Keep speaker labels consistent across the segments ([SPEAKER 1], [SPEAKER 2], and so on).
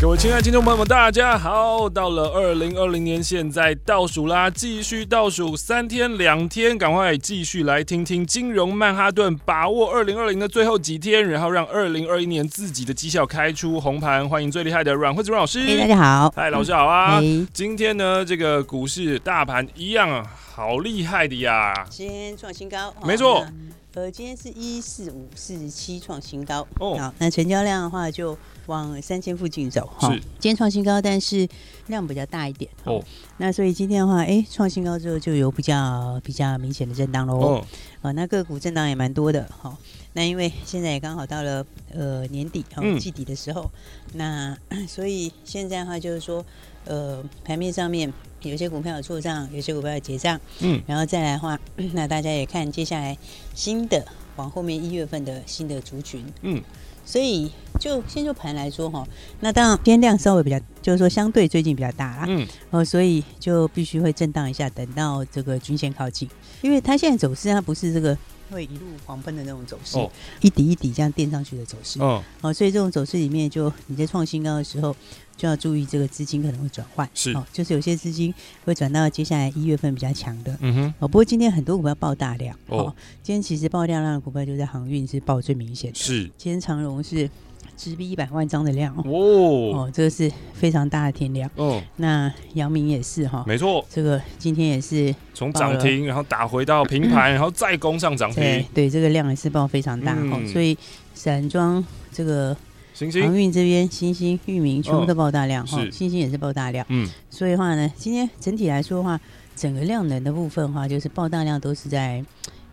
[SPEAKER 1] 各位亲爱的听众朋友们，大家好！到了二零二零年，现在倒数啦，继续倒数三天两天，赶快继续来听听金融曼哈顿，把握二零二零的最后几天，然后让二零二一年自己的绩效开出红盘。欢迎最厉害的阮慧子阮老师，
[SPEAKER 2] 哎、大家好，
[SPEAKER 1] 嗨，老师好啊！
[SPEAKER 2] 哎
[SPEAKER 1] 今天呢，这个股市大盘一样啊，好厉害的呀！
[SPEAKER 2] 先创新高，
[SPEAKER 1] 没错
[SPEAKER 2] 那。呃，今天是一四五四七创新高，
[SPEAKER 1] 哦
[SPEAKER 2] 好，那成交量的话就往三千附近走哈
[SPEAKER 1] 是
[SPEAKER 2] 今天创新高，但是量比较大一点
[SPEAKER 1] 哦
[SPEAKER 2] 哦。那所以今天的话，哎、创新高之后就有比较比较明显的震荡喽。哦，
[SPEAKER 1] 哦，
[SPEAKER 2] 那个股震荡也蛮多的哈、那因为现在也刚好到了呃年底哦
[SPEAKER 1] 嗯，
[SPEAKER 2] 季底的时候，那 所以现在的话就是说，呃，盘面上面有些股票有做账，有些股票有结账。
[SPEAKER 1] 嗯，
[SPEAKER 2] 然后再来的话， 那大家也看接下来新的往后面一月份的新的族群，
[SPEAKER 1] 嗯，
[SPEAKER 2] 所以就先就盘来说哈，那当然今天量稍微比较，就是说相对最近比较大啦，
[SPEAKER 1] 嗯，
[SPEAKER 2] 哦，所以就必须会震荡一下，等到这个均线靠近，因为它现在走势它不是这个会一路狂奔的那种走势，
[SPEAKER 1] 哦
[SPEAKER 2] 一底一底这样垫上去的走势，
[SPEAKER 1] 哦，
[SPEAKER 2] 哦，所以这种走势里面就，你在创新高的时候，就要注意这个资金可能会转换，
[SPEAKER 1] 是
[SPEAKER 2] 哦，就是有些资金会转到接下来一月份比较强的。
[SPEAKER 1] 嗯哼，
[SPEAKER 2] 哦，不过今天很多股票爆大量
[SPEAKER 1] 哦
[SPEAKER 2] 哦今天其实爆量量的股票就在航运是爆最明显的。
[SPEAKER 1] 是
[SPEAKER 2] 今天长荣是直逼一百万张的量哦，
[SPEAKER 1] 哦，
[SPEAKER 2] 哦，这个是非常大的天量。
[SPEAKER 1] 哦，
[SPEAKER 2] 那阳明也是哈、
[SPEAKER 1] 没错，
[SPEAKER 2] 这个今天也是
[SPEAKER 1] 从
[SPEAKER 2] 到
[SPEAKER 1] 涨
[SPEAKER 2] 了嗯
[SPEAKER 1] 停，然后打回到平盘，然后再攻上涨
[SPEAKER 2] 对
[SPEAKER 1] 停，
[SPEAKER 2] 对，这个量也是爆非常大哈、
[SPEAKER 1] 嗯
[SPEAKER 2] 所以散装这个
[SPEAKER 1] 行
[SPEAKER 2] 航
[SPEAKER 1] 行，
[SPEAKER 2] 运这边，新兴、域名全部都爆大量哈、
[SPEAKER 1] 哦是
[SPEAKER 2] 新兴也是爆大量。
[SPEAKER 1] 嗯，
[SPEAKER 2] 所以的话呢，今天整体来说的话，整个量能的部分的话，就是爆大量都是在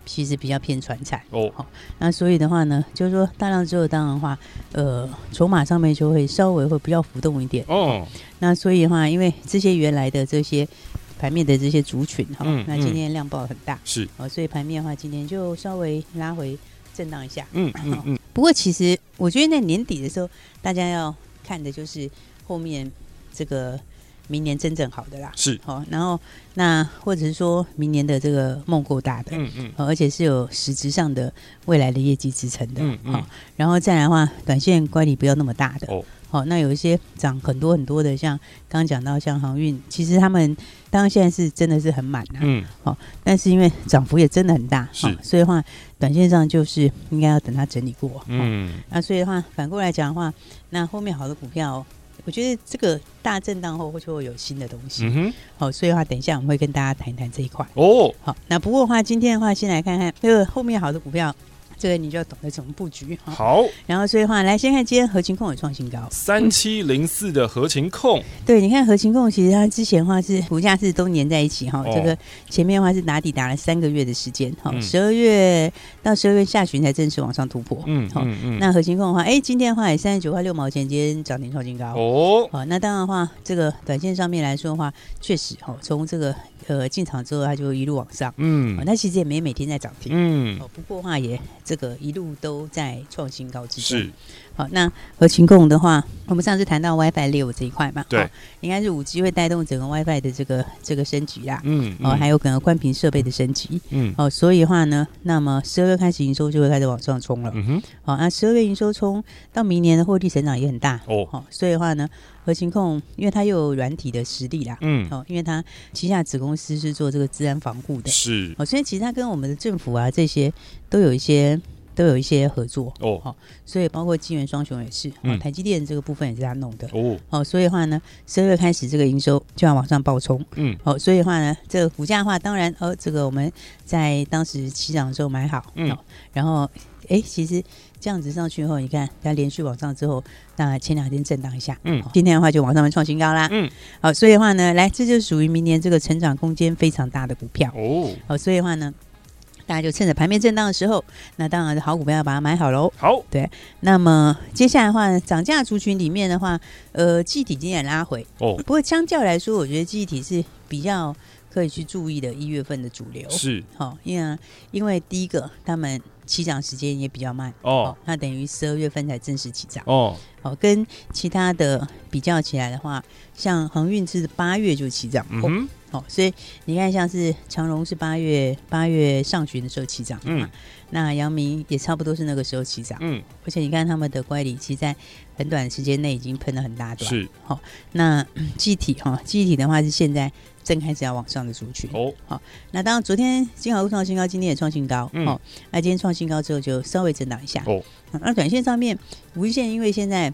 [SPEAKER 2] 其实比较偏船产。
[SPEAKER 1] 哦，
[SPEAKER 2] 那所以的话呢，就是说大量之后，当然的话，呃，筹码上面就会稍微会比较浮动一点。
[SPEAKER 1] 哦，
[SPEAKER 2] 那所以的话，因为这些原来的这些盘面的这些族群哈、
[SPEAKER 1] 嗯
[SPEAKER 2] 那今天量爆很大
[SPEAKER 1] 是，
[SPEAKER 2] 哦，所以盘面的话，今天就稍微拉回震荡一下。
[SPEAKER 1] 嗯嗯嗯，
[SPEAKER 2] 不过其实我觉得在年底的时候，大家要看的就是后面这个明年真正好的啦。
[SPEAKER 1] 是，
[SPEAKER 2] 好、然后那或者是说明年的这个梦够大的，
[SPEAKER 1] 嗯嗯
[SPEAKER 2] 好而且是有实质上的未来的业绩支撑的。
[SPEAKER 1] 嗯嗯
[SPEAKER 2] 好然后再来的话，短线乖离不要那么大的。
[SPEAKER 1] 哦
[SPEAKER 2] 好、那有一些涨很多很多的，像刚刚讲到像航运，其实他们当然现在是真的是很满啊，
[SPEAKER 1] 嗯，
[SPEAKER 2] 但是因为涨幅也真的很大，
[SPEAKER 1] 是
[SPEAKER 2] 好所以的话短线上就是应该要等它整理过。好
[SPEAKER 1] 嗯，
[SPEAKER 2] 那所以的话，反过来讲的话，那后面好的股票、哦我觉得这个大震荡后就会有新的东西。
[SPEAKER 1] 嗯哼，
[SPEAKER 2] 好、所以的话，等一下我们会跟大家谈一谈这一块。
[SPEAKER 1] 哦，
[SPEAKER 2] 好，那不过的话，今天的话，先来看看这个后面好的股票，这个你就要懂得怎么布局哈。
[SPEAKER 1] 好，
[SPEAKER 2] 然后所以的话，来先看今天合情控有创新高。
[SPEAKER 1] 三七零四的合情控，
[SPEAKER 2] 对，你看合情控，其实它之前的话是股价是都粘在一起哈、
[SPEAKER 1] 哦
[SPEAKER 2] 这个前面的话是打底打了三个月的时间哈
[SPEAKER 1] 嗯，
[SPEAKER 2] 十、二月到十二月下旬才正式往上突破。
[SPEAKER 1] 嗯
[SPEAKER 2] 好、
[SPEAKER 1] 嗯嗯，
[SPEAKER 2] 那合情控的话，哎，今天的话也三十九块六毛钱，今天涨停创新高。
[SPEAKER 1] 哦，
[SPEAKER 2] 好、那当然的话，这个短线上面来说的话，确实哈、从这个呃进场之后，它就一路往上。哦，
[SPEAKER 1] 嗯
[SPEAKER 2] 那其实也没每天在涨停。
[SPEAKER 1] 嗯，
[SPEAKER 2] 哦，不过话也这个一路都在创新高之中。
[SPEAKER 1] 是，
[SPEAKER 2] 好，那和情共的话，我们上次谈到 WiFi 六这一块嘛，
[SPEAKER 1] 对
[SPEAKER 2] 哦应该是五 G 会带动整个 WiFi 的这个这个升级啦。
[SPEAKER 1] 嗯，
[SPEAKER 2] 哦，还有可能宽频设备的升级
[SPEAKER 1] 嗯
[SPEAKER 2] 哦，所以的话呢，那么十二月开始营收就会开始往上冲了。
[SPEAKER 1] 嗯哼，
[SPEAKER 2] 好、那十二月营收冲到明年的获利成长也很大
[SPEAKER 1] 哦，
[SPEAKER 2] 哦，所以的话呢，和情控因为它又有软体的实力啦，
[SPEAKER 1] 嗯，
[SPEAKER 2] 哦，因为它旗下子公司是做这个治安防护的，
[SPEAKER 1] 是，
[SPEAKER 2] 哦，所以其实它跟我们的政府啊这些都有一些都有一些合作，
[SPEAKER 1] 哦
[SPEAKER 2] 所以包括金元双雄也是，哦
[SPEAKER 1] 嗯，
[SPEAKER 2] 台积电这个部分也是他弄的。
[SPEAKER 1] 哦，
[SPEAKER 2] 哦，所以的话呢，十二月开始这个营收就要往上爆冲。
[SPEAKER 1] 嗯
[SPEAKER 2] 哦，所以的话呢，这个股价的话，当然，呃，这个我们在当时起涨的时候买好，
[SPEAKER 1] 嗯
[SPEAKER 2] 哦，然后，哎，其实这样子上去以后，你看它连续往上之后，那前两天震荡一下，
[SPEAKER 1] 嗯
[SPEAKER 2] 哦今天的话就往上面创新高啦，
[SPEAKER 1] 嗯，
[SPEAKER 2] 好、所以的话呢，来，这就属于明年这个成长空间非常大的股票。
[SPEAKER 1] 哦，
[SPEAKER 2] 哦，所以的话呢，大家就趁着盘面震荡的时候，那当然好股票要把它买好喽。
[SPEAKER 1] 好，
[SPEAKER 2] 那么接下来的话，涨价族群里面的话，呃，记忆体今天也拉回，
[SPEAKER 1] 哦，
[SPEAKER 2] 不过相较来说，我觉得记忆体是比较可以去注意的一月份的主流。
[SPEAKER 1] 是，
[SPEAKER 2] 好、因为因为第一个他们起涨时间也比较慢，
[SPEAKER 1] 哦
[SPEAKER 2] 哦，，那等于十二月份才正式起涨。
[SPEAKER 1] 哦，
[SPEAKER 2] 好、跟其他的比较起来的话，像航运是八月就起涨
[SPEAKER 1] 嗯
[SPEAKER 2] 过，
[SPEAKER 1] 哼，
[SPEAKER 2] 哦，所以你看像是长荣是八月八月上旬的时候起涨，
[SPEAKER 1] 嗯
[SPEAKER 2] 嗯，那阳明也差不多是那个时候起涨，
[SPEAKER 1] 嗯，
[SPEAKER 2] 而且你看他们的乖离，其实在很短时间内已经喷了很大
[SPEAKER 1] 嗯
[SPEAKER 2] 段。
[SPEAKER 1] 是，
[SPEAKER 2] 那 嗯记忆体哈，记忆体的话是现在正开始要往上的族群。
[SPEAKER 1] 哦，
[SPEAKER 2] 那当然，昨天金豪路创新高，今天也创新高，
[SPEAKER 1] 嗯
[SPEAKER 2] 哦，那今天创新高之后就稍微震荡一下。
[SPEAKER 1] 哦
[SPEAKER 2] 嗯，那短线上面，五日线因为现在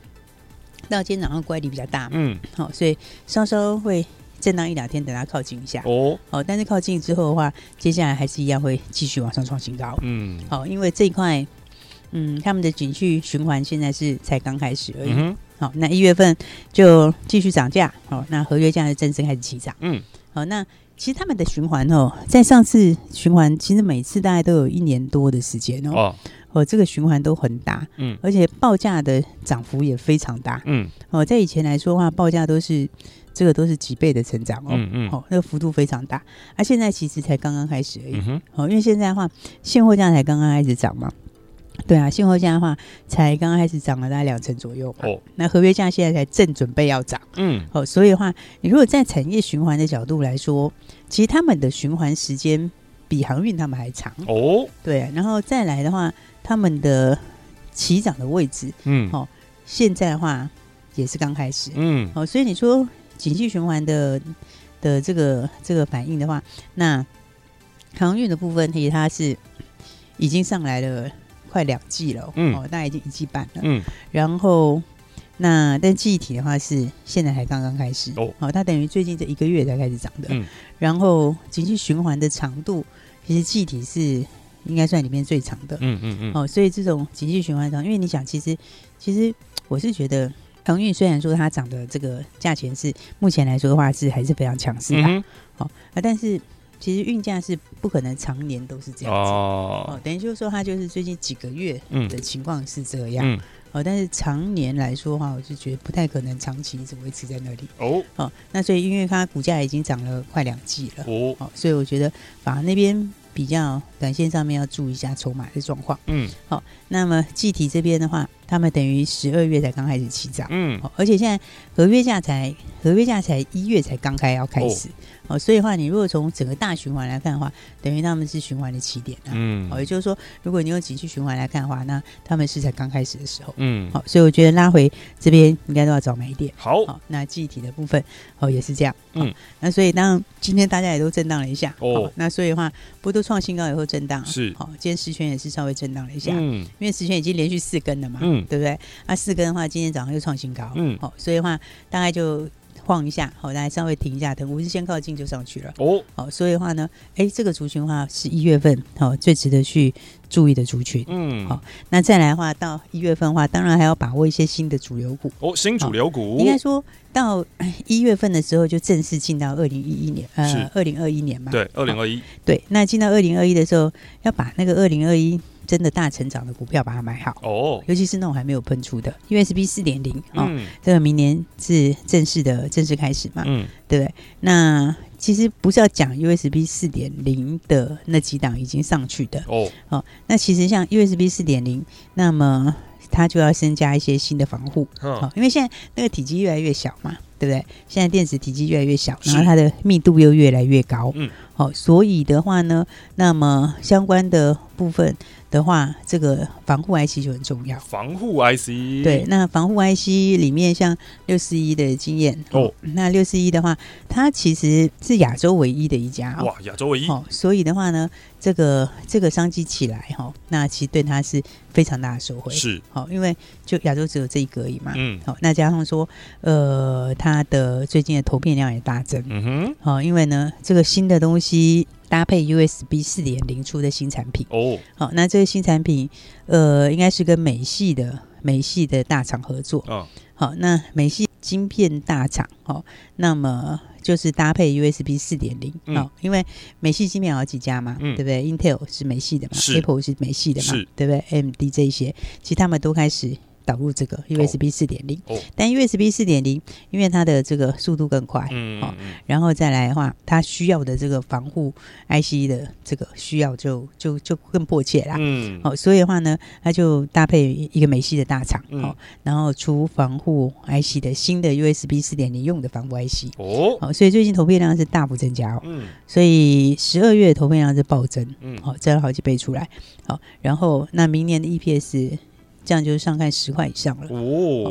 [SPEAKER 2] 到今天早上乖离比较大嘛，
[SPEAKER 1] 嗯，
[SPEAKER 2] 好、所以稍稍会震荡一两天，等它靠近一下。
[SPEAKER 1] 哦，
[SPEAKER 2] 哦，但是靠近之后的话，接下来还是一样会继续往上创新高。
[SPEAKER 1] 嗯，
[SPEAKER 2] 好、因为这一块，嗯，他们的景区循环现在是才刚开始而已。
[SPEAKER 1] 嗯哼，
[SPEAKER 2] 好，那一月份就继续涨价，好、那合约价是正式开始起涨，
[SPEAKER 1] 嗯，
[SPEAKER 2] 好、那其实他们的循环哦，在上次循环，其实每次大概都有一年多的时间哦，
[SPEAKER 1] 哦，
[SPEAKER 2] 哦，这个循环都很大，
[SPEAKER 1] 嗯
[SPEAKER 2] 而且报价的涨幅也非常大，
[SPEAKER 1] 嗯，
[SPEAKER 2] 哦，在以前来说的话，报价都是这个都是几倍的成长哦，
[SPEAKER 1] 嗯嗯，
[SPEAKER 2] 哦，那个幅度非常大，而、现在其实才刚刚开始而已，
[SPEAKER 1] 嗯哼，
[SPEAKER 2] 哦，因为现在的话，现货价才刚刚开始涨嘛。对啊，现货价的话才刚刚开始涨了大概两成左右吧。
[SPEAKER 1] 哦，
[SPEAKER 2] 那合约价现在才正准备要涨
[SPEAKER 1] 嗯，
[SPEAKER 2] 哦，所以的话，你如果在产业循环的角度来说，其实他们的循环时间比航运他们还长。
[SPEAKER 1] 哦，
[SPEAKER 2] 对啊、然后再来的话，他们的起涨的位置，
[SPEAKER 1] 嗯，
[SPEAKER 2] 哦现在的话也是刚开始。
[SPEAKER 1] 嗯，
[SPEAKER 2] 哦，所以你说景气循环的的这个这个反应的话，那航运的部分其实它是已经上来了快两季了哦，
[SPEAKER 1] 嗯
[SPEAKER 2] 哦，大概已经一季半了。
[SPEAKER 1] 嗯，
[SPEAKER 2] 然后那但记忆体的话是现在才刚刚开始
[SPEAKER 1] 哦
[SPEAKER 2] 好、它等于最近这一个月才开始涨的。
[SPEAKER 1] 嗯
[SPEAKER 2] 然后景气循环的长度，其实记忆体是应该算里面最长的。
[SPEAKER 1] 嗯嗯嗯，
[SPEAKER 2] 哦，所以这种景气循环上，因为你想，其实其实我是觉得航运虽然说它涨的这个价钱是目前来说的话是还是非常强势的、
[SPEAKER 1] 嗯
[SPEAKER 2] 啊，但是其实运价是不可能常年都是这
[SPEAKER 1] 哼，
[SPEAKER 2] 样子。哦
[SPEAKER 1] 哦，
[SPEAKER 2] 等于就是说，它就是最近几个月
[SPEAKER 1] 嗯
[SPEAKER 2] 的情况是这样、
[SPEAKER 1] 嗯，
[SPEAKER 2] 哦，但是常年来说的话，我是觉得不太可能长期一直维持在那里
[SPEAKER 1] 哦，
[SPEAKER 2] 哦。那所以，因为它股价已经涨了快两季了，
[SPEAKER 1] 哦，
[SPEAKER 2] 哦，所以我觉得反而那边比较短线上面要注意一下筹码的状况。
[SPEAKER 1] 嗯
[SPEAKER 2] 那么具体这边的话，他们等于十二月才刚开始起涨，
[SPEAKER 1] 嗯，
[SPEAKER 2] 哦，而且现在合约价才合约价才一月才刚开要开始，哦所以的话，你如果从整个大循环来看的话，等于他们是循环的起点啊。
[SPEAKER 1] 嗯
[SPEAKER 2] 哦，也就是说，如果你用景气循环来看的话，那他们是才刚开始的时候。
[SPEAKER 1] 嗯，
[SPEAKER 2] 好、所以我觉得拉回这边应该都要早买一点。
[SPEAKER 1] 好，
[SPEAKER 2] 好、那记忆体的部分哦也是这样。
[SPEAKER 1] 哦嗯
[SPEAKER 2] 哦那所以当然今天大家也都震荡了一下。
[SPEAKER 1] 哦
[SPEAKER 2] 那所以的话，波都创新高以后震荡
[SPEAKER 1] 是
[SPEAKER 2] 好、今天十全也是稍微震荡了一下。
[SPEAKER 1] 嗯
[SPEAKER 2] 因为十全已经连续四根了嘛，
[SPEAKER 1] 嗯
[SPEAKER 2] 对不对？啊，四根的话，今天早上又创新高，
[SPEAKER 1] 嗯
[SPEAKER 2] 好、所以的话大概就晃一下，好、大概稍微停一下，等五日线靠近就上去了，
[SPEAKER 1] 哦，
[SPEAKER 2] 好、所以的话呢，哎，这个族群的话是一月份好、最值得去注意的族群。
[SPEAKER 1] 嗯，
[SPEAKER 2] 那再来的话，到一月份的话，当然还要把握一些新的主流股，
[SPEAKER 1] 哦，新主流股
[SPEAKER 2] 应，该说到哎一月份的时候就正式进到二零一一年，呃，二零二一年嘛，
[SPEAKER 1] 对，二零二一，
[SPEAKER 2] 对，那进到二零二一的时候，要把那个二零二一真的大成长的股票把它买好。
[SPEAKER 1] 哦，
[SPEAKER 2] 尤其是那种还没有喷出的 USB 四点零哦，
[SPEAKER 1] 嗯
[SPEAKER 2] 这个明年是正式的正式开始嘛，
[SPEAKER 1] 嗯，
[SPEAKER 2] 对不对？那其实不是要讲 USB 四点零的那几档已经上去的，
[SPEAKER 1] 哦，
[SPEAKER 2] 那其实像 USB 四点零，那么它就要增加一些新的防护
[SPEAKER 1] 嗯
[SPEAKER 2] 哦，因为现在那个体积越来越小嘛，对不对？现在电子体积越来越小，
[SPEAKER 1] 是
[SPEAKER 2] 然后它的密度又越来越高，
[SPEAKER 1] 嗯，
[SPEAKER 2] 好、所以的话呢，那么相关的部分的话，这个防护 IC 就很重要。
[SPEAKER 1] 防护 IC，
[SPEAKER 2] 啊对，，那防护 IC 里面像六四一的经验
[SPEAKER 1] 哦，
[SPEAKER 2] 那六四一的话，它其实是亚洲唯一的一家哦。
[SPEAKER 1] 哇，亚洲唯一，
[SPEAKER 2] 哦，所以的话呢，这个这个商机起来哈、哦，那其实对它是非常大的收回。
[SPEAKER 1] 是，
[SPEAKER 2] 好、因为就亚洲只有这一个而已嘛。
[SPEAKER 1] 嗯
[SPEAKER 2] 好、那加上说，呃，它的最近的投片量也大增。
[SPEAKER 1] 嗯哼，
[SPEAKER 2] 好、因为呢，这个新的东西搭配 USB 四点零出的新产品。
[SPEAKER 1] 哦，
[SPEAKER 2] 好、那这个新产品，呃，应该是跟美系的美系的大厂合作。
[SPEAKER 1] 嗯
[SPEAKER 2] 哦好、那美系晶片大厂，好、那么就是搭配 USB 四点零
[SPEAKER 1] 嗯
[SPEAKER 2] 哦，因为美系芯片有好几家嘛，
[SPEAKER 1] 嗯
[SPEAKER 2] 对不对？Intel 是美系的嘛
[SPEAKER 1] 是
[SPEAKER 2] ，Apple 是美系的嘛
[SPEAKER 1] 是，
[SPEAKER 2] 对不对？AMD 这一些，其实他们都开始导入这个 USB 四点零
[SPEAKER 1] 哦，
[SPEAKER 2] 但 USB 四点零因为它的这个速度更快，
[SPEAKER 1] 嗯
[SPEAKER 2] 好
[SPEAKER 1] 嗯
[SPEAKER 2] 然后再来的话，它需要的这个防护 IC 的这个需要就就就更迫切啦。
[SPEAKER 1] 嗯，
[SPEAKER 2] 哦，所以的话呢，它就搭配一个美系的大厂，
[SPEAKER 1] 嗯
[SPEAKER 2] 哦，然后出防护 IC 的新的 USB 四点零用的防护 IC，
[SPEAKER 1] 哦，
[SPEAKER 2] 哦，所以最近投片量是大幅增加哦，
[SPEAKER 1] 嗯
[SPEAKER 2] 所以十二月投片量是暴增，
[SPEAKER 1] 嗯，
[SPEAKER 2] 哦，增了好几倍出来，哦，然后那明年的 EPS 这样就上看十块以上了。
[SPEAKER 1] 哦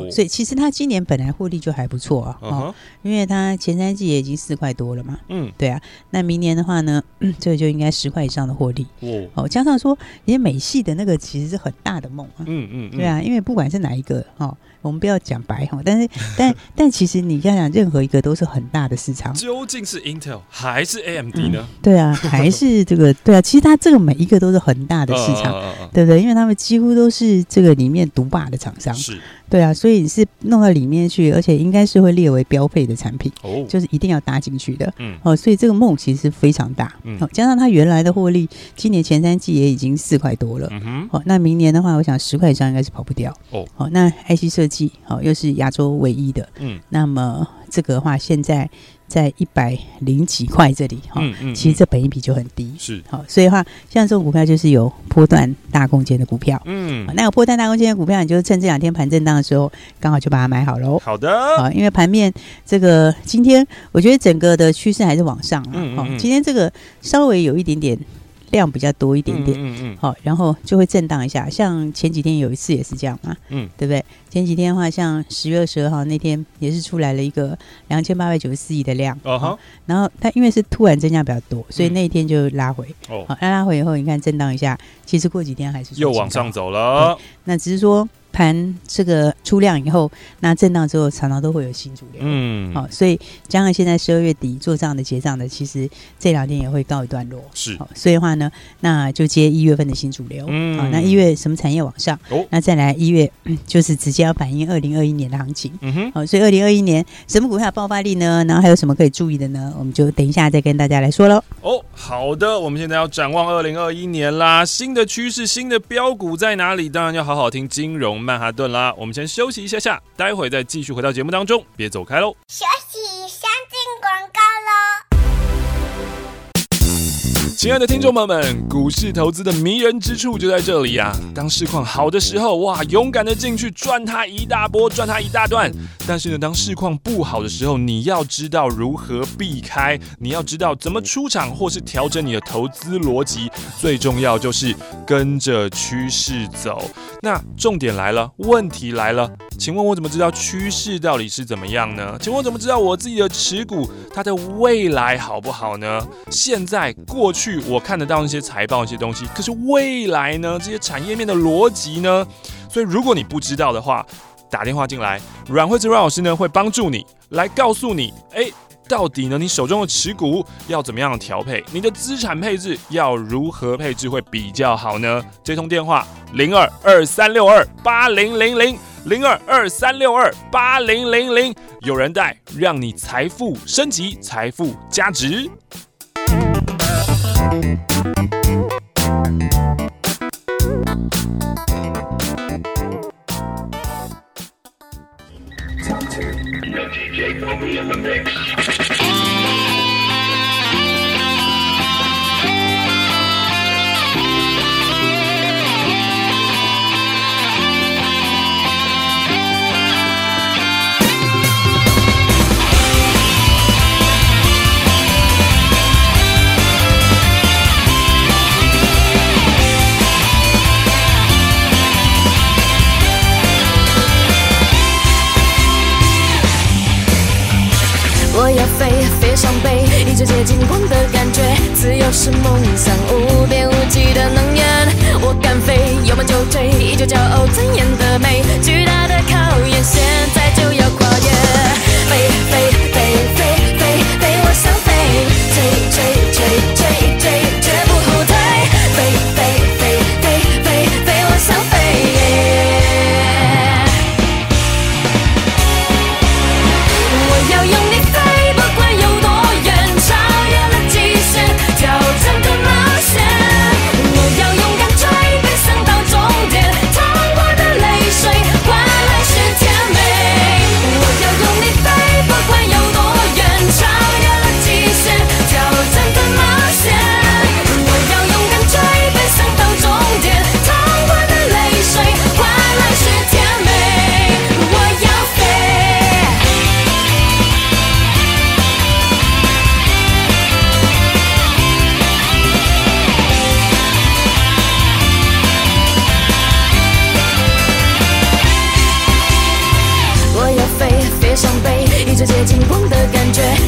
[SPEAKER 2] 哦，所以其实它今年本来获利就还不错啊，
[SPEAKER 1] 嗯
[SPEAKER 2] 哦，
[SPEAKER 1] 哼
[SPEAKER 2] 因为它前三季也已经四块多了嘛，
[SPEAKER 1] 嗯，
[SPEAKER 2] 对啊，那明年的话呢， 这个就应该十块以上的获利
[SPEAKER 1] 哦，
[SPEAKER 2] 哦。加上说，因为美系的那个其实是很大的梦啊，
[SPEAKER 1] 嗯嗯，嗯
[SPEAKER 2] 对，啊，因为不管是哪一个哦，我们不要讲白哈、哦，但是 但但其实你要想任何一个都是很大的市场，
[SPEAKER 1] 究竟是 Intel 还是 AMD 呢？
[SPEAKER 2] 对 啊，还是这个对啊，其实它这个每一个都是很大的市场。
[SPEAKER 1] 呃呃呃
[SPEAKER 2] 对不对？因为他们几乎都是这个里面独霸的厂商，
[SPEAKER 1] 是
[SPEAKER 2] 对啊，所以你是弄到里面去，而且应该是会列为标配的产品。
[SPEAKER 1] 哦，
[SPEAKER 2] 就是一定要搭进去的。
[SPEAKER 1] 嗯
[SPEAKER 2] 哦，所以这个梦其实非常大。
[SPEAKER 1] 嗯
[SPEAKER 2] 哦，加上它原来的获利，今年前三季也已经四块多了。
[SPEAKER 1] 嗯哼，
[SPEAKER 2] 哦，那明年的话，我想十块以上应该是跑不掉。
[SPEAKER 1] 哦，
[SPEAKER 2] 好、那 IC 设计，哦，又是亚洲唯一的。
[SPEAKER 1] 嗯
[SPEAKER 2] 那么这个的话，现在在一百零几块这里，哈、
[SPEAKER 1] 嗯嗯，
[SPEAKER 2] 哦其实哦
[SPEAKER 1] 嗯
[SPEAKER 2] 这本益比就很低。
[SPEAKER 1] 是
[SPEAKER 2] 好、所以的话，像这种股票就是有波段大空间的股票。
[SPEAKER 1] 嗯
[SPEAKER 2] 好，那有波段大空间的股票，你就趁这两天盘震荡的时候，刚好就把它买好喽。
[SPEAKER 1] 好的，
[SPEAKER 2] 啊，因为盘面这个今天，我觉得整个的趋势还是往上啊。
[SPEAKER 1] 嗯嗯
[SPEAKER 2] 哦
[SPEAKER 1] 嗯
[SPEAKER 2] 今天这个稍微有一点点量比较多一点点，
[SPEAKER 1] 嗯嗯
[SPEAKER 2] 好、然后就会震荡一下。像前几天有一次也是这样嘛，
[SPEAKER 1] 嗯，
[SPEAKER 2] 对不对？前几天的话，像十月二十二号那天也是出来了一个两千八百九十四亿的量，
[SPEAKER 1] 嗯，哦嗯哈，
[SPEAKER 2] 然后它因为是突然增加比较多，所以那一天就拉回。
[SPEAKER 1] 哦
[SPEAKER 2] 好、，那拉回以后，你看震荡一下，其实过几天还是
[SPEAKER 1] 又
[SPEAKER 2] 创新
[SPEAKER 1] 往上
[SPEAKER 2] 高。
[SPEAKER 1] 走了，
[SPEAKER 2] 那只是说盘这个出量以后，那震荡之后常常都会有新主流。
[SPEAKER 1] 嗯，
[SPEAKER 2] 好、所以加上现在十二月底做账的结账的，其实这两天也会告一段落。
[SPEAKER 1] 是
[SPEAKER 2] 好、所以的话呢，那就接一月份的新主流。
[SPEAKER 1] 嗯
[SPEAKER 2] 好、那一月什么产业往上？
[SPEAKER 1] 哦
[SPEAKER 2] 那再来一月、 嗯就是直接要反映二零二一年的行情。
[SPEAKER 1] 嗯哼，
[SPEAKER 2] 好、所以二零二一年什么股票爆发力呢？然后还有什么可以注意的呢？我们就等一下再跟大家来说喽。
[SPEAKER 1] 哦，好的，我们现在要展望二零二一年啦，新的趋势、新的标股在哪里？当然要好好听金融曼哈顿啦。我们先休息一下下，待会再继续回到节目当中，别走开喽。
[SPEAKER 3] 休息，上进广告喽。
[SPEAKER 1] 亲爱的听众朋友们，股市投资的迷人之处就在这里啊！当市况好的时候，哇，勇敢的进去赚它一大波，赚它一大段。但是呢，当市况不好的时候，你要知道如何避开，你要知道怎么出场或是调整你的投资逻辑。最重要就是跟着趋势走。那重点来了，问题来了，请问我怎么知道趋势到底是怎么样呢？请问我怎么知道我自己的持股它的未来好不好呢？现在过去我看得到那些财报一些东西，可是未来呢？这些产业面的逻辑呢？所以如果你不知道的话，打电话进来，阮慧芝阮老师呢会帮助你来告诉你，哎。到底呢？你手中的持股要怎么样调配？你的资产配置要如何配置会比较好呢？这通电话零二二三六二八零零零零二二三六二八零零零，有人带，让你财富升级，财富加值。
[SPEAKER 4] 我要飞，飞上北，一直接近光的感觉，自由是梦想，无边无际的能源。我敢飞，有梦就追，依旧骄傲尊严的美，巨大的考验，现在就要跨越。飞飞飞飞飞飞，我想飞，追追追追追，绝不后退。飞飞飞飞飞飞，我想飞。我要用力飞，不管有多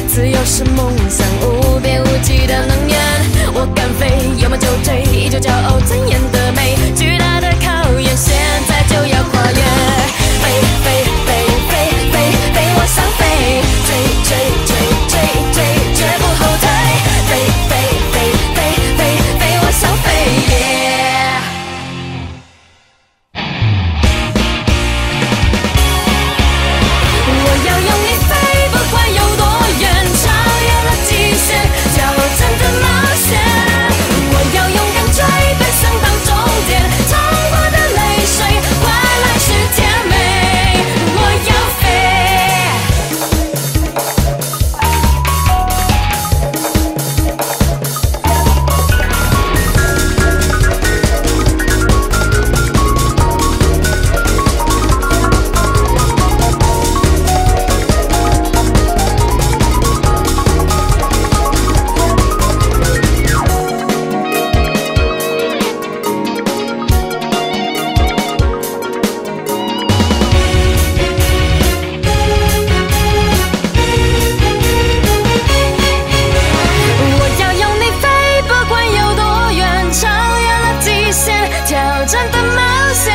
[SPEAKER 4] 自由是梦想无边无际的能源。我敢飞，有梦就追，依旧骄傲尊严的美。巨大的考验，现在就要跨越。飞飞飞飞飞飞，我想飞，追追追追追，绝不后退。飞飞飞飞飞飞，我想飞。Yeah 我要用力飞，不管有多远，超越了极限，挑战的冒险。我要勇敢追，奔向到终点，痛过的泪水换来是甜美。我要飞。我要用力飞，不管有多远，超越了极限，挑战的冒险。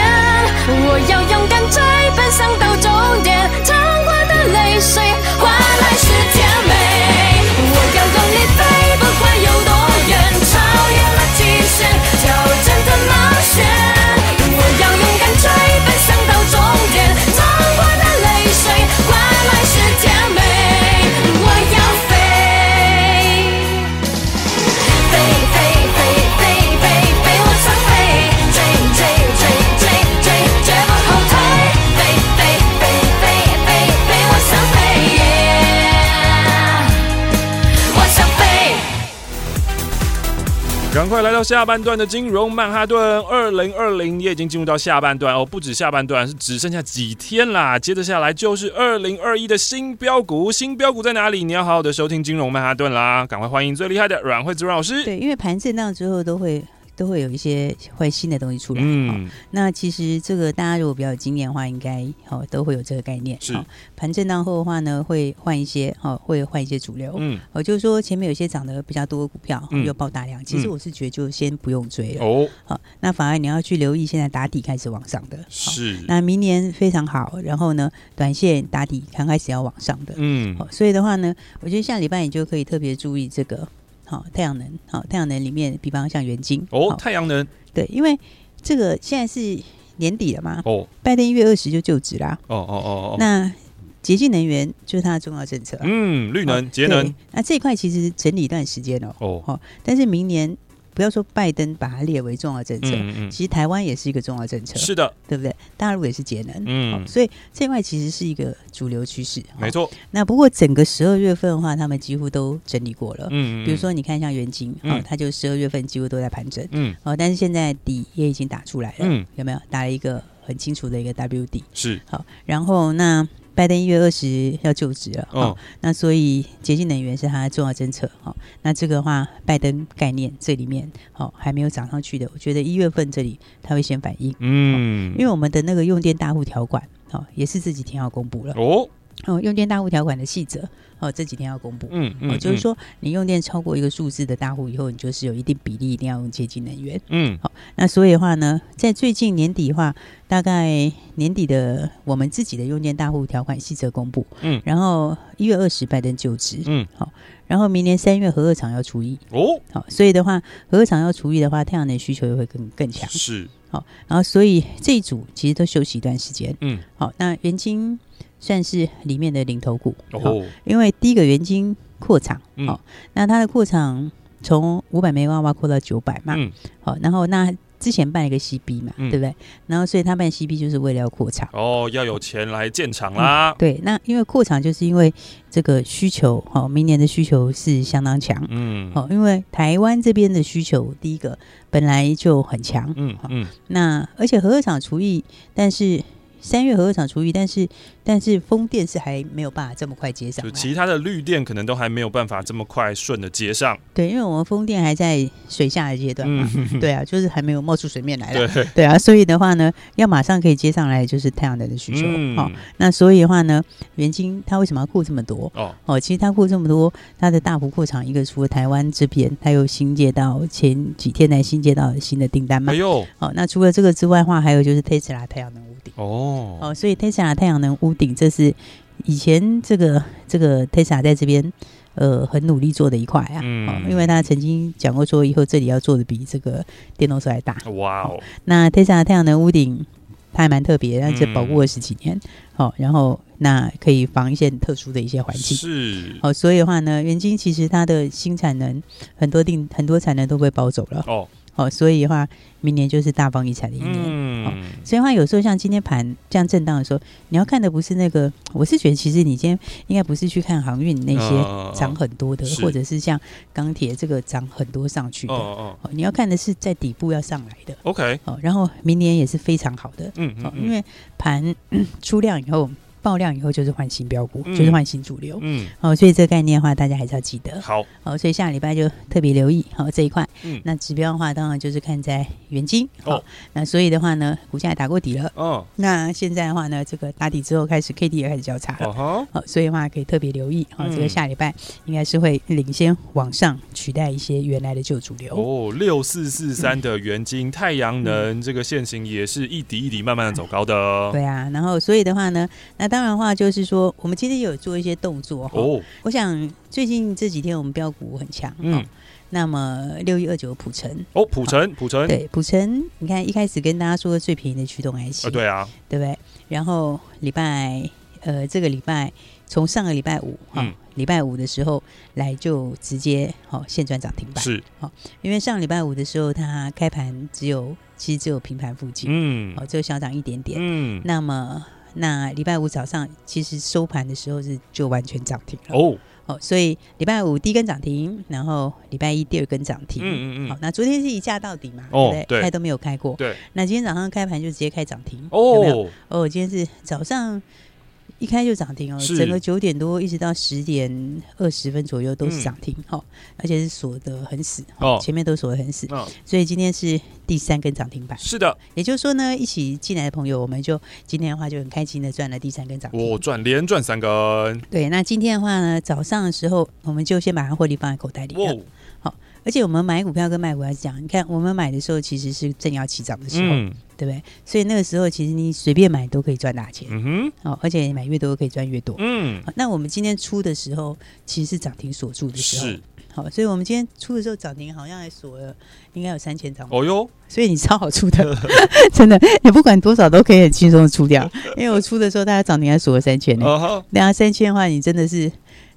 [SPEAKER 4] 我要勇敢追，奔向到终点，烫过的泪水换来是甜美。我要用力飞，不管有多远，超越了极限，挑战的冒险。我要勇敢追，奔向到终点，烫过的泪水换来是甜美。我要飞。飞飞飞飞飞飞，我想飞，追追追追追，绝不后退。飞飞飞飞飞飞，我想飞，我想飞。
[SPEAKER 1] 赶快来到下半段的金融曼哈顿，二零二零也已经进入到下半段哦，不止下半段，是只剩下几天啦。接着下来就是二零二一的新标股，新标股在哪里？你要好好的收听金融曼哈顿啦，赶快欢迎最厉害的阮慧子阮老师。
[SPEAKER 2] 对，因为盘震荡之后都会都会有一些会新的东西出来。嗯、
[SPEAKER 1] 嗯，
[SPEAKER 2] 那其实这个大家如果比较有经验的话，应该哦都会有这个概念。
[SPEAKER 1] 是
[SPEAKER 2] 哦盘震荡后的话呢，会换一些哦，会换一些主流。
[SPEAKER 1] 嗯，
[SPEAKER 2] 哦，就是说前面有一些涨得比较多的股票、哦
[SPEAKER 1] 嗯
[SPEAKER 2] 又爆大量，其实
[SPEAKER 1] 嗯
[SPEAKER 2] 我是觉得就先不用追了。
[SPEAKER 1] 哦，
[SPEAKER 2] 好、那反而你要去留意现在打底开始往上的。好
[SPEAKER 1] 是，
[SPEAKER 2] 那明年非常好，然后呢，短线打底刚开始要往上的。
[SPEAKER 1] 嗯
[SPEAKER 2] 好，所以的话呢，我觉得下礼拜你就可以特别注意这个好、太阳能，好、太阳能里面，比方像元晶
[SPEAKER 1] 哦，
[SPEAKER 2] 好
[SPEAKER 1] 太阳能，
[SPEAKER 2] 对，因为这个现在是年底了嘛，
[SPEAKER 1] 哦，
[SPEAKER 2] 拜登一月二十就就职啦，
[SPEAKER 1] 哦哦哦哦，
[SPEAKER 2] 那洁净能源就是它的重要政策，
[SPEAKER 1] 嗯，绿
[SPEAKER 2] 绿
[SPEAKER 1] 能、节能，，
[SPEAKER 2] 那这一块其实整理一段时间哦，
[SPEAKER 1] 哦，
[SPEAKER 2] 但是明年不要说拜登把它列为重要政策。
[SPEAKER 1] 嗯嗯，
[SPEAKER 2] 其实台湾也是一个重要政策，
[SPEAKER 1] 是的，
[SPEAKER 2] 对不对？大陆也是节能，
[SPEAKER 1] 嗯
[SPEAKER 2] 哦所以这一块其实是一个主流趋势。哦
[SPEAKER 1] 没错，
[SPEAKER 2] 那不过整个十二月份的话，他们几乎都整理过了。
[SPEAKER 1] 嗯，
[SPEAKER 2] 比如，说，你看像元金，哦
[SPEAKER 1] 嗯，
[SPEAKER 2] 它就十二月份几乎都在盘整，
[SPEAKER 1] 嗯
[SPEAKER 2] 哦，但是现在底也已经打出来了，
[SPEAKER 1] 嗯，
[SPEAKER 2] 有没有打了一个很清楚的一个 W 底？
[SPEAKER 1] 是，
[SPEAKER 2] 好，然后那拜登一月二十要就职了，哦
[SPEAKER 1] 哦，，
[SPEAKER 2] 那所以洁净能源是它的重要政策，哦，那这个的话，拜登概念这里面，哦，还没有涨上去的，我觉得一月份这里它会先反应，
[SPEAKER 1] 嗯
[SPEAKER 2] 因，为我们的那个用电大户条款，哦，也是这几天要公布了，
[SPEAKER 1] 哦，
[SPEAKER 2] 哦，用电大户条款的细则，哦，这几天要公布。
[SPEAKER 1] 嗯
[SPEAKER 2] 哦，
[SPEAKER 1] 嗯，
[SPEAKER 2] 就是，说，你用电超过一个数字的大户以后，你就是有一定比例一定要用洁净能源。
[SPEAKER 1] 嗯，
[SPEAKER 2] 那所以的话呢，在最近年底的话，大概年底的我们自己的用电大户条款细则公布，
[SPEAKER 1] 嗯
[SPEAKER 2] 然后一月二十拜登就职，
[SPEAKER 1] 嗯，
[SPEAKER 2] 然后明年三月核二厂要除役，
[SPEAKER 1] 哦，
[SPEAKER 2] 好、所以的话，核二厂要除役的话，太阳能需求也会更更强，
[SPEAKER 1] 是，
[SPEAKER 2] 好、然后所以这一组其实都休息一段时间，
[SPEAKER 1] 嗯，
[SPEAKER 2] 好、那元晶算是里面的领头股，好
[SPEAKER 1] 哦，
[SPEAKER 2] 因为第一个元晶扩厂，好、
[SPEAKER 1] 嗯
[SPEAKER 2] 那它的扩厂从五百兆瓦扩到九百嘛，
[SPEAKER 1] 嗯，
[SPEAKER 2] 好、然后那之前办了一个 CB 嘛，
[SPEAKER 1] 嗯
[SPEAKER 2] 对不对？然后所以他办 CB 就是为了要扩厂。
[SPEAKER 1] 哦，要有钱来建厂啦，
[SPEAKER 2] 对，那因为扩厂就是因为这个需求，哦，明年的需求是相当强，
[SPEAKER 1] 嗯，
[SPEAKER 2] 哦，因为台湾这边的需求，第一个本来就很强，
[SPEAKER 1] 嗯
[SPEAKER 2] 好
[SPEAKER 1] 嗯，
[SPEAKER 2] 那而且核二厂除役，但是三月核二厂除以，但是但是风电是还没有办法这么快接上
[SPEAKER 1] 就
[SPEAKER 2] 来。
[SPEAKER 1] 其他的绿电可能都还没有办法这么快顺的接上，
[SPEAKER 2] 对，因为我们风电还在水下的阶段嘛，
[SPEAKER 1] 嗯，
[SPEAKER 2] 对啊，就是还没有冒出水面来了。
[SPEAKER 1] 对，
[SPEAKER 2] 对啊，所以的话呢，要马上可以接上来 就是太阳能的需求。好、
[SPEAKER 1] 嗯，
[SPEAKER 2] 那所以的话呢，元晶它为什么要扩这么多？
[SPEAKER 1] 哦，
[SPEAKER 2] 哦，其实它扩这么多，它的大幅扩厂，一个除了台湾这边，它又新接到前几天才新接到新的订单嘛
[SPEAKER 1] 哎。呦，
[SPEAKER 2] 哦，那除了这个之外的话，还有就是 Tesla 太阳能屋顶。
[SPEAKER 1] 哦，
[SPEAKER 2] 哦，所以 Tesla 太阳能屋顶，这是以前这个这个 Tesla 在这边呃很努力做的一块啊。
[SPEAKER 1] 嗯
[SPEAKER 2] 哦，因为他曾经讲过说，以后这里要做的比这个电动车还大。
[SPEAKER 1] 哇哦，
[SPEAKER 2] 那 Tesla 太阳能屋顶它还蛮特别，但是
[SPEAKER 1] 嗯
[SPEAKER 2] 保护了十几年，好、哦，然后那可以防一些很特殊的一些环境。
[SPEAKER 1] 是，
[SPEAKER 2] 好、所以的话呢，元晶其实它的新产能很多定很多产能都被包走了。
[SPEAKER 1] 哦，
[SPEAKER 2] 好、所以的话，明年就是大放异彩的一年。
[SPEAKER 1] 嗯，
[SPEAKER 2] 所以的话，有时候像今天盘这样震荡的时候，你要看的不是那个，我是觉得其实你今天应该不是去看航运那些
[SPEAKER 1] 嗯
[SPEAKER 2] 涨，很多的，
[SPEAKER 1] 是
[SPEAKER 2] 或者是像钢铁这个涨很多上去
[SPEAKER 1] 哦
[SPEAKER 2] 的，
[SPEAKER 1] 哦
[SPEAKER 2] 哦，你要看的是在底部要上来的，
[SPEAKER 1] ，OK，
[SPEAKER 2] 哦，然后明年也是非常好的，
[SPEAKER 1] 嗯
[SPEAKER 2] 哦
[SPEAKER 1] 嗯，，
[SPEAKER 2] 因为盘 出量以后爆量以后就是换新标股，
[SPEAKER 1] 嗯
[SPEAKER 2] 就是换新主流。
[SPEAKER 1] 嗯，
[SPEAKER 2] 哦，所以这个概念的话，大家还是要记得
[SPEAKER 1] 嗯好，
[SPEAKER 2] 哦。所以下礼拜就特别留意哦这一块。
[SPEAKER 1] 嗯
[SPEAKER 2] 那指标的话，当然就是看在元金
[SPEAKER 1] 哦
[SPEAKER 2] 哦。那所以的话呢，股价也打过底了，
[SPEAKER 1] 嗯，
[SPEAKER 2] 那现在的话呢，这个打底之后开始 K D 也开始交叉了，
[SPEAKER 1] 哦哈，
[SPEAKER 2] 好、所以的话可以特别留意啊、
[SPEAKER 1] 嗯
[SPEAKER 2] 这个下礼拜应该是会领先往上取代一些原来的旧主流。
[SPEAKER 1] 哦，六四四三的原金太阳能这个线型也是一滴一滴慢慢的走高的，
[SPEAKER 2] 嗯对啊，然后所以的话呢，那当然的话就是说，我们今天也有做一些动作哦。
[SPEAKER 1] 哦，
[SPEAKER 2] 我想最近这几天我们标股很强，嗯、
[SPEAKER 1] 嗯，
[SPEAKER 2] 那么六一二九普成，
[SPEAKER 1] 哦，普城，普城，
[SPEAKER 2] 对普成，你看一开始跟大家说最便宜的驱动 IC，、
[SPEAKER 1] 啊，对啊，
[SPEAKER 2] 对不对？然后礼拜呃，这个礼拜从上个礼拜五哈、
[SPEAKER 1] 嗯
[SPEAKER 2] 礼拜五的时候来就直接哦现赚涨停板，
[SPEAKER 1] 是，
[SPEAKER 2] 因为上礼拜五的时候它开盘只有其实只有平盘附近，
[SPEAKER 1] 嗯
[SPEAKER 2] 哦只有小涨一点点。
[SPEAKER 1] 嗯，
[SPEAKER 2] 那么那礼拜五早上其实收盘的时候是就完全涨停了哦
[SPEAKER 1] 哦，
[SPEAKER 2] 所以礼拜五第一根涨停，然后礼拜一第二根涨停。
[SPEAKER 1] 嗯嗯
[SPEAKER 2] 好
[SPEAKER 1] 嗯，，
[SPEAKER 2] 那昨天是一价到底嘛，
[SPEAKER 1] 哦
[SPEAKER 2] 对不
[SPEAKER 1] 对
[SPEAKER 2] 开都没有开过。
[SPEAKER 1] 对，
[SPEAKER 2] 那今天早上开盘就直接开涨停，有没有？
[SPEAKER 1] 哦，
[SPEAKER 2] 哦，今天是早上一开就涨停哦，
[SPEAKER 1] 是
[SPEAKER 2] 整个九点多一直到十点二十分左右都是涨停哈、哦，而且是锁得很死
[SPEAKER 1] 嗯哦
[SPEAKER 2] 前面都锁得很死，
[SPEAKER 1] 那
[SPEAKER 2] 所以今天是第三根涨停板。
[SPEAKER 1] 是的，
[SPEAKER 2] 也就是说呢，一起进来的朋友，我们就今天的话就很开心的赚了第三根涨停。
[SPEAKER 1] 我赚连赚三根，
[SPEAKER 2] 对，那今天的话呢，早上的时候我们就先把它获利放在口袋里
[SPEAKER 1] 哇
[SPEAKER 2] 了，，而且我们买股票跟卖股票是这样，你看我们买的时候其实是正要起涨的时候，
[SPEAKER 1] 嗯
[SPEAKER 2] 对不对？所以那个时候其实你随便买都可以赚大钱、
[SPEAKER 1] 嗯哼，
[SPEAKER 2] 哦，而且你买越多可以赚越多。哦
[SPEAKER 1] 嗯，
[SPEAKER 2] 好那我们今天出的时候，其实是涨停锁住的时候
[SPEAKER 1] 是，，
[SPEAKER 2] 好，所以我们今天出的时候涨停好像还锁了，应该有三千张吧，
[SPEAKER 1] 哦哟，
[SPEAKER 2] 所以你超好出的， 真的，你不管多少都可以很轻松的 出掉，因为我出的时候大家涨停还锁了三千呢，
[SPEAKER 1] 啊哈，
[SPEAKER 2] 那啊三千的话，你真的是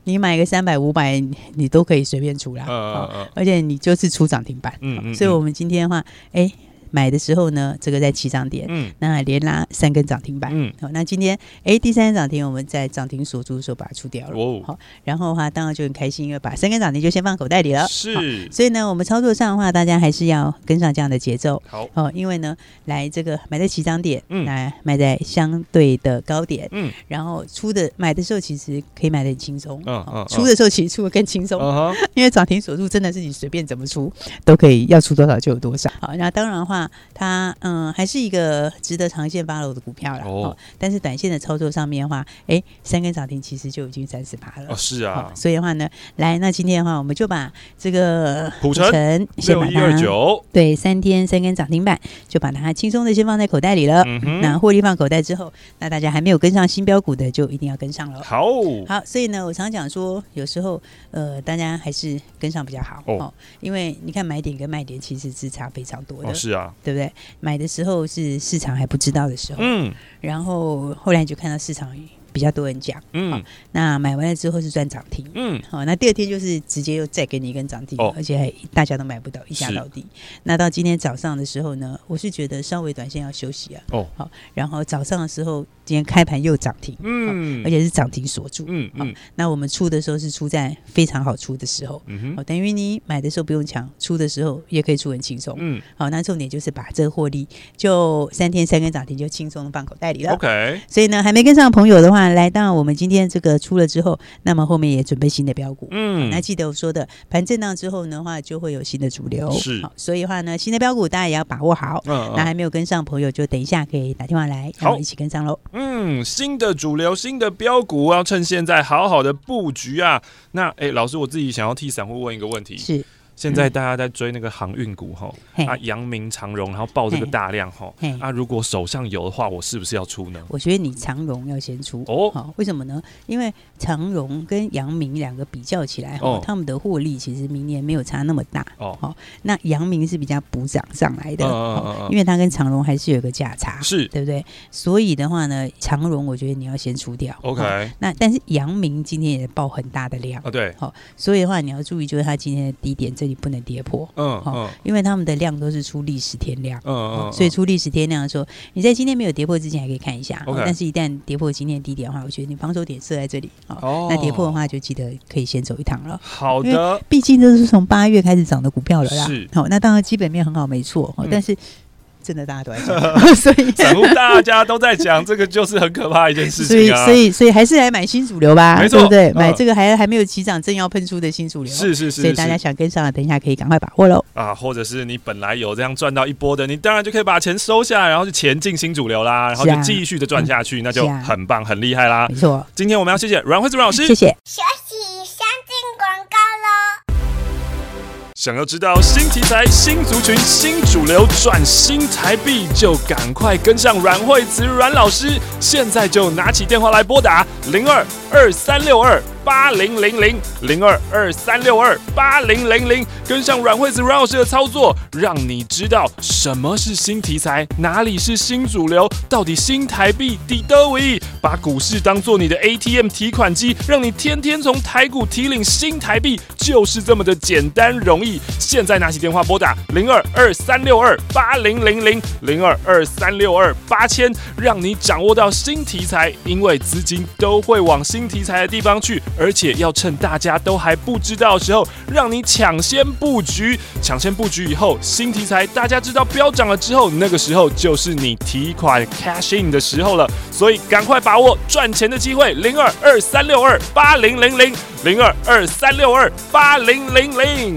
[SPEAKER 2] 你买个三百五百，你都可以随便出啦，
[SPEAKER 1] 呃
[SPEAKER 2] 好
[SPEAKER 1] 呃，
[SPEAKER 2] 而且你就是出涨停板，
[SPEAKER 1] 嗯嗯嗯
[SPEAKER 2] 所以我们今天的话，哎，买的时候呢，这个在起涨点，
[SPEAKER 1] 嗯
[SPEAKER 2] 那连拉三根涨停板。
[SPEAKER 1] 嗯，
[SPEAKER 2] 好、那今天哎，第三根涨停，我们在涨停锁住的时候把它出掉了。
[SPEAKER 1] 哦
[SPEAKER 2] 好、然后的话，当然就很开心，因为把三根涨停就先放口袋里了。好
[SPEAKER 1] 是，
[SPEAKER 2] 所以呢，我们操作上的话，大家还是要跟上这样的节奏。
[SPEAKER 1] 好，
[SPEAKER 2] 哦，因为呢，来这个买在起涨点，
[SPEAKER 1] 嗯
[SPEAKER 2] 来买在相对的高点，
[SPEAKER 1] 嗯
[SPEAKER 2] 然后出的买的时候其实可以买的很轻松，
[SPEAKER 1] 嗯
[SPEAKER 2] 哦
[SPEAKER 1] 嗯嗯
[SPEAKER 2] 出的时候其实出的更轻松，
[SPEAKER 1] 啊哈，
[SPEAKER 2] 因为涨停锁住真的是你随便怎么出都可以，要出多少就有多少。好，那当然的话，它嗯还是一个值得长线 follow 的股票啦。
[SPEAKER 1] 哦
[SPEAKER 2] 哦，但是短线的操作上面的话，哎，三根涨停其实就已经三十八了。
[SPEAKER 1] 哦是
[SPEAKER 2] 好
[SPEAKER 1] 啊，
[SPEAKER 2] 所以的话呢，来，那今天的话，我们就把这个
[SPEAKER 1] 普
[SPEAKER 2] 晨
[SPEAKER 1] 城
[SPEAKER 2] 先
[SPEAKER 1] 六
[SPEAKER 2] 把
[SPEAKER 1] 一二
[SPEAKER 2] 它
[SPEAKER 1] 九，
[SPEAKER 2] 对三天三根涨停板，就把它轻松的先放在口袋里了。
[SPEAKER 1] 嗯
[SPEAKER 2] 那
[SPEAKER 1] 哼，
[SPEAKER 2] 获利放口袋之后，那大家还没有跟上新标股的，就一定要跟上了。
[SPEAKER 1] 好，哦
[SPEAKER 2] 好，所以呢，我常讲说，有时候呃，大家还是跟上比较好
[SPEAKER 1] 哦
[SPEAKER 2] 哦因为你看买点跟卖点其实是差非常多的，
[SPEAKER 1] 哦是啊，
[SPEAKER 2] 对不对？买的时候是市场还不知道的时候，
[SPEAKER 1] 嗯
[SPEAKER 2] 然后后来你就看到市场比较多人讲。
[SPEAKER 1] 嗯
[SPEAKER 2] 那买完了之后是赚涨停，
[SPEAKER 1] 嗯
[SPEAKER 2] 好、那第二天就是直接又再给你一根涨停，
[SPEAKER 1] 哦
[SPEAKER 2] 而且还大家都买不到，一下
[SPEAKER 1] 是
[SPEAKER 2] 到底。那到今天早上的时候呢，我是觉得稍微短线要休息啊，
[SPEAKER 1] 哦，
[SPEAKER 2] 好、然后早上的时候，今天开盘又涨停，
[SPEAKER 1] 嗯
[SPEAKER 2] 而且是涨停锁住。
[SPEAKER 1] 嗯嗯
[SPEAKER 2] 那我们出的时候是出在非常好出的时候，
[SPEAKER 1] 嗯哼
[SPEAKER 2] 好、等于你买的时候不用抢，出的时候也可以出很轻松。
[SPEAKER 1] 嗯
[SPEAKER 2] 好、那重点就是把这个获利就三天三根涨停就轻松地放口袋里了。
[SPEAKER 1] ，OK，
[SPEAKER 2] 所以呢，还没跟上的朋友的话，来到我们今天这个出了之后，那么后面也准备新的标股。
[SPEAKER 1] 嗯
[SPEAKER 2] 那记得我说的，盘震荡之后呢话，就会有新的主流。
[SPEAKER 1] 是
[SPEAKER 2] 好，所以的话呢，新的标股大家也要把握好。
[SPEAKER 1] 嗯
[SPEAKER 2] 那还没有跟上的朋友，就等一下可以打电话来，
[SPEAKER 1] 好
[SPEAKER 2] 让我们一起跟上喽。
[SPEAKER 1] 嗯，新的主流、新的标股，要趁现在好好的布局啊。那哎、诶老师，我自己想要替散户问一个问题：
[SPEAKER 2] 是，
[SPEAKER 1] 现在大家在追那个航运股哈，
[SPEAKER 2] 嘿
[SPEAKER 1] 啊，阳明、长荣，然后报这个大量哈
[SPEAKER 2] 嘿，
[SPEAKER 1] 啊，如果手上有的话，我是不是要出呢？
[SPEAKER 2] 我觉得你长荣要先出
[SPEAKER 1] 哦
[SPEAKER 2] 好为什么呢？因为长荣跟阳明两个比较起来，
[SPEAKER 1] 哦
[SPEAKER 2] 哦，他们的获利其实明年没有差那么大。
[SPEAKER 1] 哦，
[SPEAKER 2] 好、那阳明是比较补涨上来的，
[SPEAKER 1] 嗯嗯
[SPEAKER 2] 好
[SPEAKER 1] 嗯嗯
[SPEAKER 2] 因为它跟长荣还是有一个价差，
[SPEAKER 1] 是
[SPEAKER 2] 对不对？所以的话呢，长荣我觉得你要先出掉。
[SPEAKER 1] OK
[SPEAKER 2] 好那但是阳明今天也爆很大的量，
[SPEAKER 1] 啊，对，
[SPEAKER 2] 所以的话你要注意，就是它今天的低点这里不能跌破，
[SPEAKER 1] 嗯
[SPEAKER 2] 好
[SPEAKER 1] 嗯
[SPEAKER 2] 因为他们的量都是出历史天量。哦
[SPEAKER 1] 嗯嗯，
[SPEAKER 2] 所以出历史天量的时候，你在今天没有跌破之前还可以看一下哦
[SPEAKER 1] OK
[SPEAKER 2] 但是一旦跌破今天的低点的话，我觉得你防守点设在这里哦
[SPEAKER 1] 哦
[SPEAKER 2] 那跌破的话，就记得可以先走一趟了。
[SPEAKER 1] 好的，
[SPEAKER 2] 毕竟这是从八月开始涨的股票了啦。哦
[SPEAKER 1] 是
[SPEAKER 2] 好、那当然基本面很好，没错。哦
[SPEAKER 1] 嗯
[SPEAKER 2] 但是真的大家都在 讲，所以
[SPEAKER 1] 散户大家都在讲，这个就是很可怕的一件事
[SPEAKER 2] 所以
[SPEAKER 1] 情啊。
[SPEAKER 2] 所以所以还是来买新主流吧，
[SPEAKER 1] 没错
[SPEAKER 2] 对不对？
[SPEAKER 1] 嗯
[SPEAKER 2] 买这个还还没有起涨，正要喷出的新主流。。
[SPEAKER 1] 是是是，
[SPEAKER 2] 所以大
[SPEAKER 1] 是
[SPEAKER 2] 家想跟上，等一下可以赶快把握喽。
[SPEAKER 1] 啊，或者是你本来有这样赚到一波的，你当然就可以把钱收下来，然后就钱进新主流啦，然后
[SPEAKER 2] 是
[SPEAKER 1] 就
[SPEAKER 2] 啊
[SPEAKER 1] 继续的赚下去，那就是
[SPEAKER 2] 啊
[SPEAKER 1] 很棒、很厉害啦
[SPEAKER 2] 没。错，
[SPEAKER 1] 今天我们要谢谢阮慧芝阮老师。
[SPEAKER 2] 谢谢。
[SPEAKER 3] 学习先进广告喽。
[SPEAKER 1] 想要知道新题材、新族群、新主流赚新台币，就赶快跟上阮慧慈阮老师，现在就拿起电话来拨打零二二三六二八零零零零二二三六二八零零零，跟上阮慧慈阮老师的操作，让你知道什么是新题材，哪里是新主流，到底新台币抵得为，把股市当做你的 ATM 提款机，让你天天从台股提领新台币，就是这么的简单容易。现在拿起电话拨打零二二三六二八零零零零二二三六二八千，让你掌握到新题材，因为资金都会往新题材的地方去，而且要趁大家都还不知道的时候，让你抢先布局。抢先布局以后，新题材大家知道飙涨了之后，那个时候就是你提款 cash in 的时候了。所以赶快把握赚钱的机会，零二二三六二八零零零零二二三六二八零零零。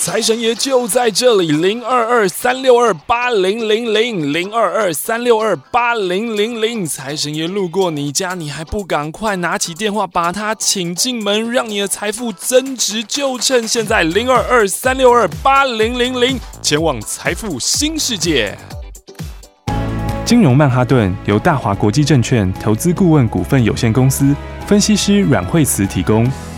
[SPEAKER 1] 财神爷就在这里，零二二三六二八零零零零二二三六二八零零零。财神爷路过你家，你还不赶快拿起电话把他请进门，让你的财富增值，就趁现在，零二二三六二八零零零，前往财富新世界。
[SPEAKER 5] 金融曼哈顿由大华国际证券投资顾问股份有限公司分析师阮惠慈提供。